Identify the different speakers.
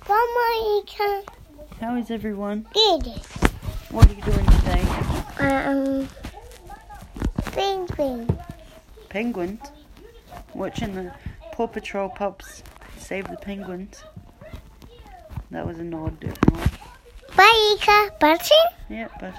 Speaker 1: Grandma, you can
Speaker 2: How is everyone?
Speaker 1: get it.
Speaker 2: What are you doing today?
Speaker 1: Um, green, green.
Speaker 2: Penguins. Watching the Paw Patrol pups save the penguins. That was a nod, everyone.
Speaker 1: Bye, Ika. Button?
Speaker 2: Yeah, but.